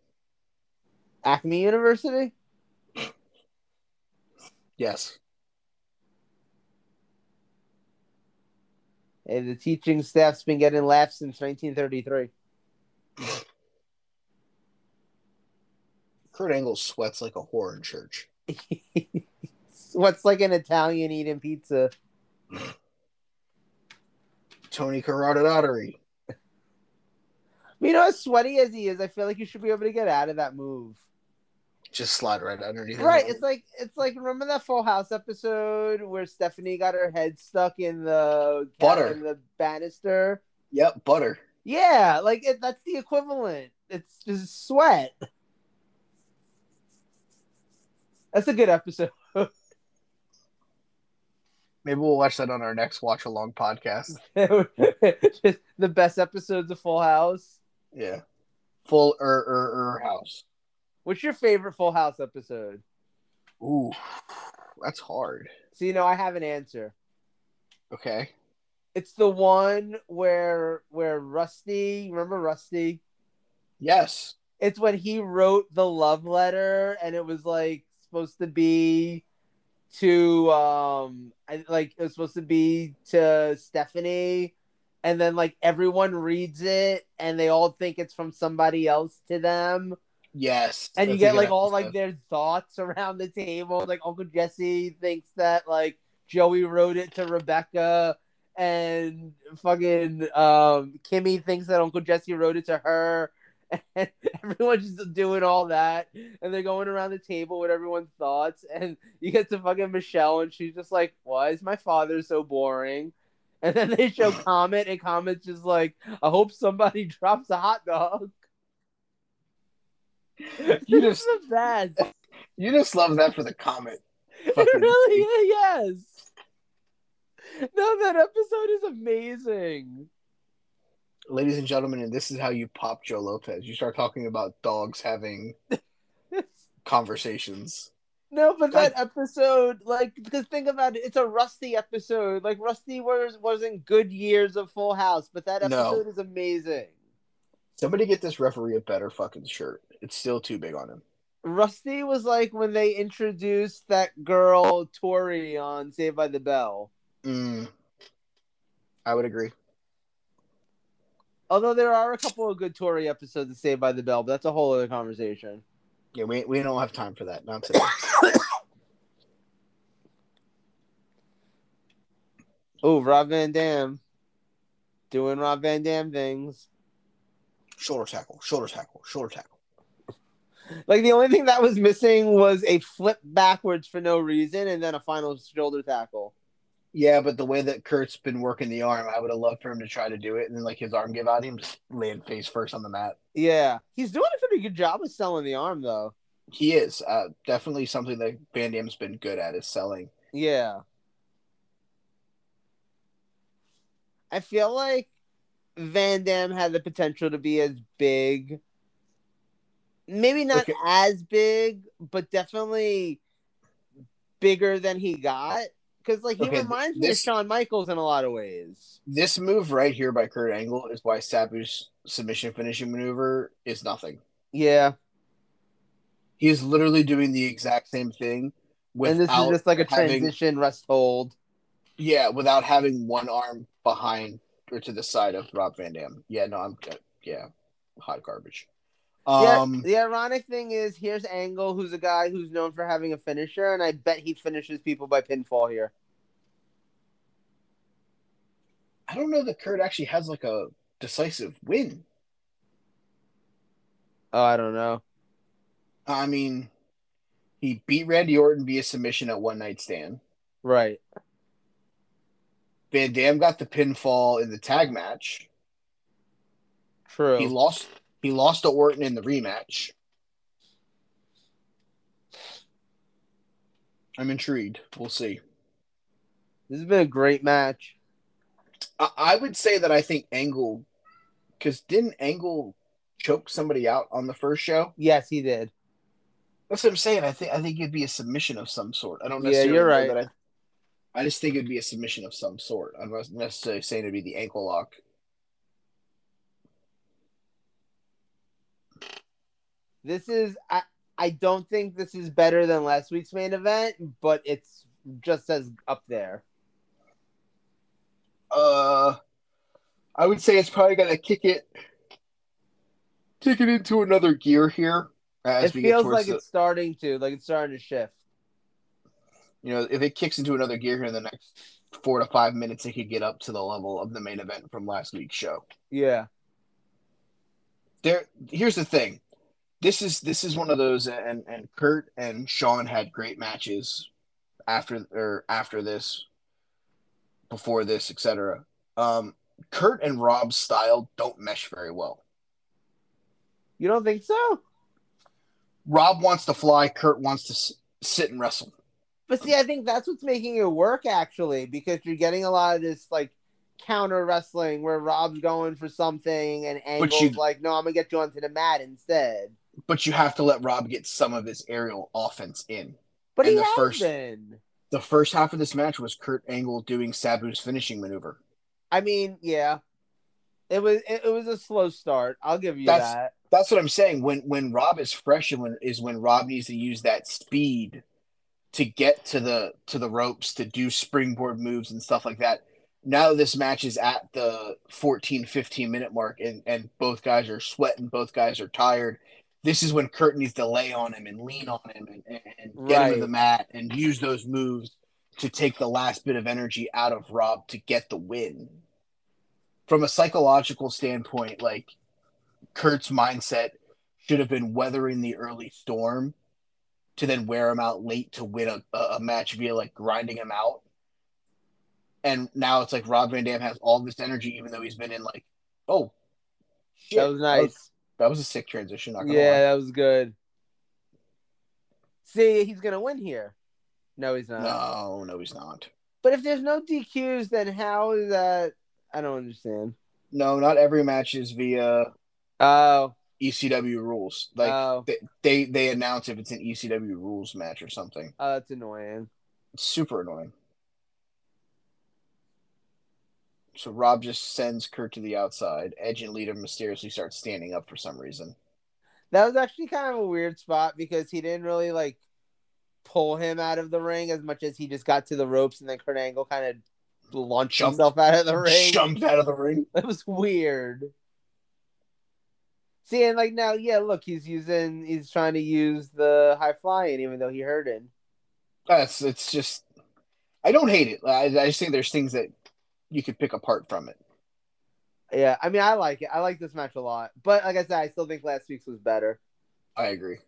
Acme University?
Yes.
Hey, the teaching staff's been getting laughs since 1933.
Kurt Angle sweats like a whore in church.
What's like an Italian eating pizza?
Tony carotid artery.
You know, as sweaty as he is, I feel like you should be able to get out of that move.
Just slide right underneath. him.
Right? It's like it's like remember that Full House episode where Stephanie got her head stuck in the
Butter.
in the banister.
yep, butter.
Yeah, like it, that's the equivalent. It's just sweat. That's a good episode.
Maybe we'll watch that on our next watch along podcast.
Just the best episodes of Full House.
Yeah. Full er er er house.
What's your favorite Full House episode?
Ooh, that's hard.
So you know, I have an answer.
Okay.
It's the one where where Rusty, remember Rusty?
Yes.
It's when he wrote the love letter and it was like supposed to be to um I- like it was supposed to be to Stephanie and then like everyone reads it and they all think it's from somebody else to them
Yes.
and you
That's a
get
good
like all like
episode.
their thoughts around the table. Like Uncle Jesse thinks that like Joey wrote it to Rebecca, and fucking um, Kimmy thinks that Uncle Jesse wrote it to her. And everyone's just doing all that, and they're going around the table with everyone's thoughts. And you get to fucking Michelle, and she's just like, "Why is my father so boring?" And then they show Comet, and Comet's just like, "I hope somebody drops a hot dog."
You
This
just-
is the best.
you just love that for the comment.
It really is, yes. No, that episode is amazing.
Ladies and gentlemen, and this is how you pop Joe Lopez. You start talking about dogs having conversations.
no, but that episode, like, because think about it, it's a Rusty episode. Like, Rusty was wasn't good years of Full House, but that
No.
episode is amazing.
Somebody get this referee a better fucking shirt. It's still too big on him.
Rusty was like when they introduced that girl Tori on Saved by the Bell.
Mm. I would agree.
Although there are a couple of good Tori episodes of Saved by the Bell, but that's a whole other conversation.
Yeah, we, we don't have time for that. Not today.
Oh, Rob Van Dam. Doing Rob Van Dam things.
shoulder tackle, shoulder tackle, shoulder tackle.
Like the only thing that was missing was a flip backwards for no reason and then a final shoulder tackle.
Yeah, but the way that Kurt's been working the arm, I would have loved for him to try to do it and then like his arm give out, him just land face first on the mat.
Yeah. He's doing a pretty good job of selling the arm though.
He is uh, definitely something that Van Damme's been good at is selling.
Yeah. I feel like Van Dam had the potential to be as big. Maybe not
Okay.
as big, but definitely bigger than he got. Because like he
Okay, th-
reminds me of
this-
Shawn Michaels in a lot of ways.
This move right here by Kurt Angle is why Sabu's submission finishing maneuver is nothing.
Yeah.
He is literally doing the exact same thing without
and this is just like a
having-
transition rest hold.
Yeah, without having one arm behind or to the side of Rob Van Dam. Yeah, no, I'm uh, yeah, hot garbage. Um,
yeah, the ironic thing is here's Angle, who's a guy who's known for having a finisher, and I bet he finishes people by pinfall here.
I don't know that Kurt actually has like a decisive win.
Oh, I don't know.
I mean, he beat Randy Orton via submission at One Night Stand.
Right.
Van Dam got the pinfall in the tag match.
True.
He lost. He lost to Orton in the rematch. I'm intrigued. We'll see.
This has been a great match.
I, I would say that I think Angle, because didn't Angle choke somebody out on the first show?
Yes, he did.
That's what I'm saying. I think I think it'd be a submission of some sort. I don't
Yeah,
necessarily
you're
know
right.
that I, I just think it'd be a submission of some sort. I'm not necessarily saying it'd be the ankle lock.
This is I I don't think this is better than last week's main event, but it's just as up there.
Uh, I would say it's probably gonna kick it, kick it into another gear here as
it
we get
feels
towards
like
the,
it's starting to, like it's starting to shift.
you know if it kicks into another gear here in the next four to five minutes, it could get up to the level of the main event from last week's show.
Yeah.
there here's the thing this is this is one of those and and kurt and sean had great matches after or after this before this etc um kurt and rob's style don't mesh very well
You don't think so?
rob wants to fly kurt wants to s- sit and wrestle
But see, I think that's what's making it work actually, because you're getting a lot of this like counter wrestling where Rob's going for something and Angle's
you-
like, no, I'm gonna get you onto the mat instead.
but you have to let rob get some of his aerial offense in
But
And
he
the
has
first-
been.
the first half of this match was kurt angle doing sabu's finishing maneuver
I mean, yeah. It was it, it was a slow start. I'll give you
That's-
that.
That's what I'm saying. When when Rob is fresh and when is when Rob needs to use that speed to get to the to the ropes to do springboard moves and stuff like that. Now this match is at the 14 15 minute mark and and both guys are sweating, both guys are tired. This is when Kurt needs to lay on him and lean on him and, and, and get him to
Right.
the mat and use those moves to take the last bit of energy out of Rob to get the win. From a psychological standpoint, like Kurt's mindset should have been weathering the early storm to then wear him out late to win a, a a match via like grinding him out. And now it's like Rob Van Dam has all this energy, even though he's been in like, oh, shit.
That was nice.
That was a sick transition. Not gonna
yeah,
lie.
that was good. See, he's gonna win here. No, he's not.
No, no, he's not.
But if there's no DQs, then how is that? I don't understand.
No, not every match is via
Oh,
ECW rules. Like
oh,
they, they they announce if it's an ECW rules match or something.
oh, that's annoying.
It's super annoying. So Rob just sends Kurt to the outside. Edge and Lita mysteriously start standing up for some reason.
That was actually kind of a weird spot because he didn't really like pull him out of the ring as much as he just got to the ropes and then Kurt Angle kind of launched
Jumped-
himself out of the ring.
Jumped out of the ring.
That was weird. See, and like now, yeah, look, he's using, he's trying to use the high flying, even though he heard it.
That's it's just. I don't hate it. I, I just think there's things that you could pick apart from it.
Yeah, I mean, I like it. I like this match a lot, but like I said, I still think last week's was better.
I agree.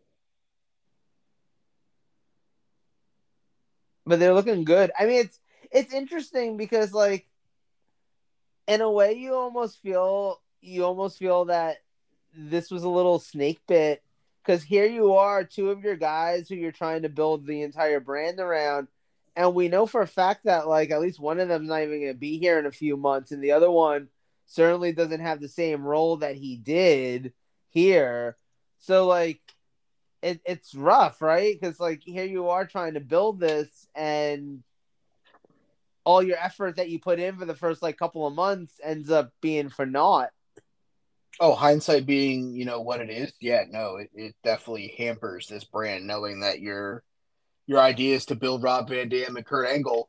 But they're looking good. I mean, it's it's interesting because like, in a way, you almost feel you almost feel that this was a little snake bit because here you are, two of your guys who you're trying to build the entire brand around, and we know for a fact that like at least one of them's not even going to be here in a few months, and the other one certainly doesn't have the same role that he did here. So like it, it's rough, right? Because like here you are trying to build this and all your effort that you put in for the first like couple of months ends up being for naught.
Oh, hindsight being you know what it is. Yeah, no, it, it definitely hampers this brand knowing that your your idea is to build Rob Van Dam and Kurt Angle,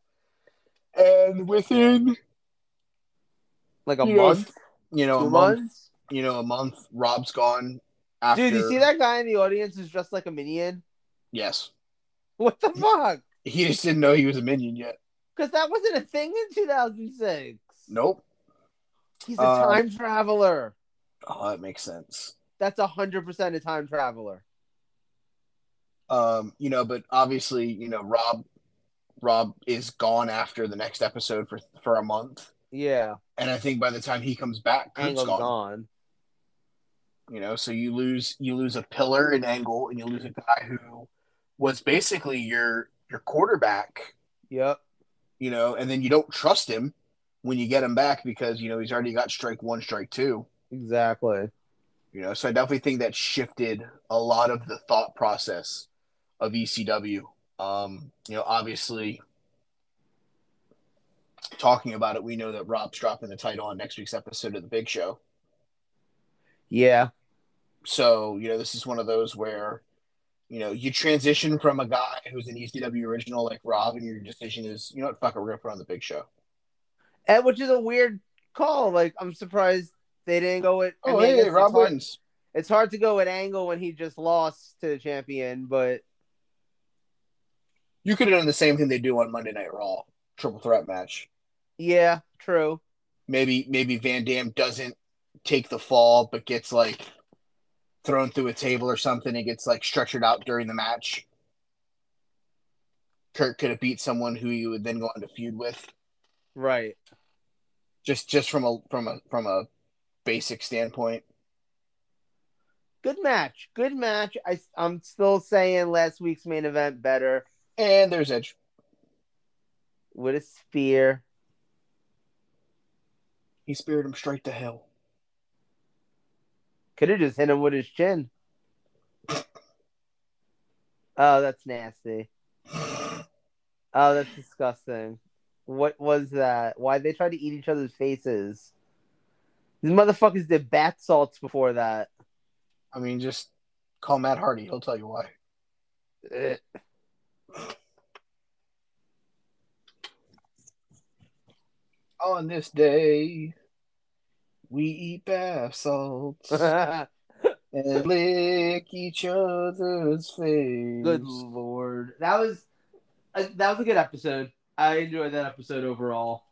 and within
Like a
you know,
month,
you know, a
two
month,
months.
you know, a month. Rob's gone. After,
Dude, you see that guy in the audience is dressed like a minion?
Yes,
What the fuck?
he just didn't know he was a minion yet.
Because that wasn't a thing in 2006.
Nope.
He's a
Uh,
time traveler.
Oh, that makes sense.
That's 100% a time traveler.
Um, you know, but obviously, you know, Rob, Rob is gone after the next episode for for a month,
Yeah.
and I think by the time he comes back, Kurt's
Angle's
gone.
gone.
You know, so you lose you lose a pillar in Angle, and you lose a guy who was basically your your quarterback,
Yep.
you know, and then you don't trust him when you get him back because you know he's already got strike one, strike two.
Exactly.
You know, so I definitely think that shifted a lot of the thought process of ECW. Um, you know, obviously talking about it, we know that Rob's dropping the title on next week's episode of the Big Show.
Yeah.
So, you know, this is one of those where, you know, you transition from a guy who's an ECW original like Rob and your decision is, you know what, fuck it, we're gonna put on the Big Show.
And which is a weird call. Like I'm surprised they didn't go with. I
Oh,
mean, I guess
hey,
it's
Rob
hard-
wins.
It's hard to go at Angle when he just lost to the champion, but
You could have done the same thing they do on Monday Night Raw, triple threat match.
yeah, true.
maybe maybe Van Dam doesn't take the fall but gets like thrown through a table or something and gets like stretchered out during the match. Kurt could have beat someone who you would then go on to feud with.
Right.
Just just from a from a from a basic standpoint.
Good match. Good match. I I'm still saying last week's main event better
And there's Edge.
with a spear.
He speared him straight to hell.
Could have just hit him with his chin. Oh, that's nasty. Oh, that's disgusting. What was that? Why they tried to eat each other's faces? These motherfuckers did bath salts before that.
I mean, just call Matt Hardy. He'll tell you why.
Ugh.
On this day, we eat bath salts. and lick each other's face.
good lord, that was uh, that was a good episode. I enjoyed that episode overall.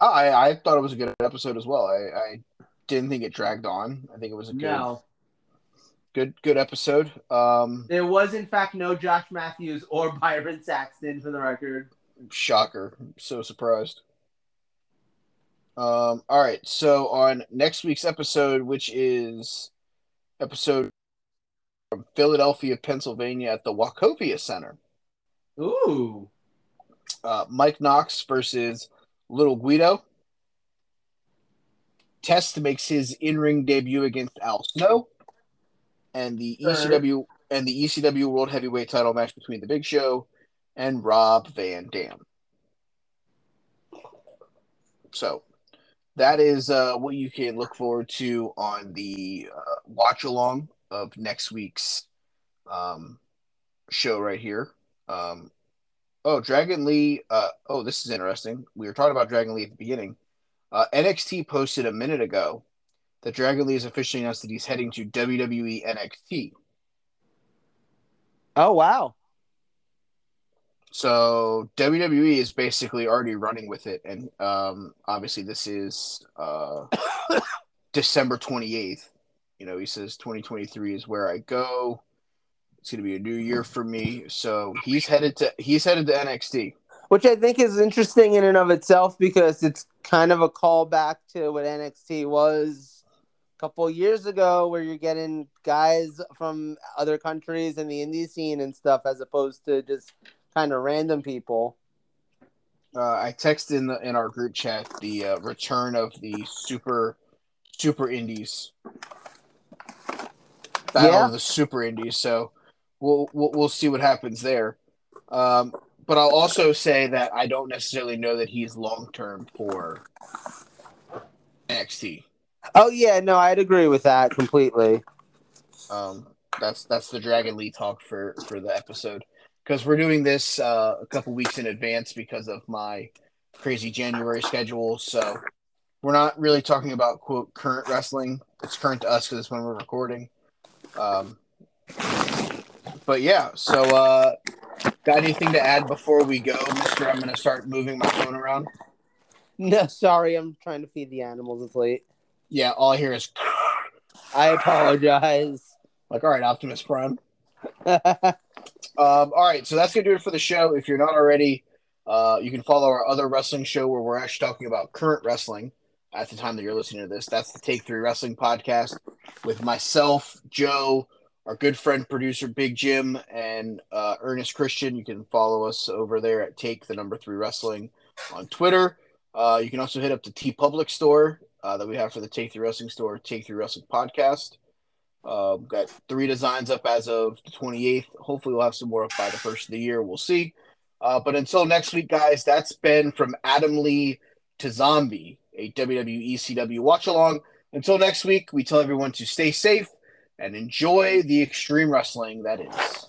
I Oh, I thought it was a good episode as well. I, I didn't think it dragged on. I think it was a good
No,
good good episode. Um,
there was in fact no Josh Matthews or Byron Saxton for the record.
shocker. I'm so surprised. Um, all right. So on next week's episode, which is episode from Philadelphia, Pennsylvania, at the Wachovia Center,
Ooh,
uh, Mike Knox versus Little Guido. Test makes his in-ring debut against Al Snow, and the
Sure.
ECW and the ECW World Heavyweight Title match between The Big Show and Rob Van Dam. So, that is uh, what you can look forward to on the uh, watch along of next week's um, show right here. Um, oh, Dragon Lee. Uh, oh, this is interesting. We were talking about Dragon Lee at the beginning. Uh, NXT posted a minute ago that Dragon Lee has officially announced that he's heading to E WWE NXT.
oh wow.
So WWE is basically already running with it, and um, obviously this is uh, December twenty eighth. You know, he says twenty twenty three is where I go. It's going to be a new year for me. So he's headed to he's headed to NXT.
which I think is interesting in and of itself because it's kind of a callback to what NXT was a couple years ago, where you're getting guys from other countries in the indie scene and stuff, as opposed to just kind of random people.
Uh, I texted in the in our group chat the uh, return of the super super indies battle
Yeah.
of the super indies. So we'll we'll, we'll see what happens there. Um, but I'll also say that I don't necessarily know that he's long term for NXT.
Oh yeah, no, I'd agree with that completely.
Um, that's that's the Dragon Lee talk for for the episode because we're doing this uh, a couple weeks in advance because of my crazy January schedule. So we're not really talking about quote current wrestling. It's current to us because it's when we're recording. Um, but yeah, so uh, got anything to add before we go, Mister? I'm gonna start moving my phone around.
No, sorry, I'm trying to feed the animals. It's late.
Yeah, all I hear is
I apologize.
like, all right, Optimus Prime. Um, all right, so that's gonna do it for the show. If you're not already, uh, you can follow our other wrestling show where we're actually talking about current wrestling at the time that you're listening to this. That's the Take Three Wrestling podcast with myself, Joe, our good friend producer Big Jim and uh, Ernest Christian. You can follow us over there at Take the Number Three Wrestling on Twitter. Uh, you can also hit up the T Public store uh, that we have for the Take Three Wrestling store, Take Three Wrestling podcast. Uh, we've got three designs up as of the 28th. Hopefully, we'll have some more up by the first of the year. We'll see. Uh, but until next week, guys, that's been from Adam Lee to Zombie, a E WWE CW watch along. Until next week, we tell everyone to stay safe and enjoy the extreme wrestling that is.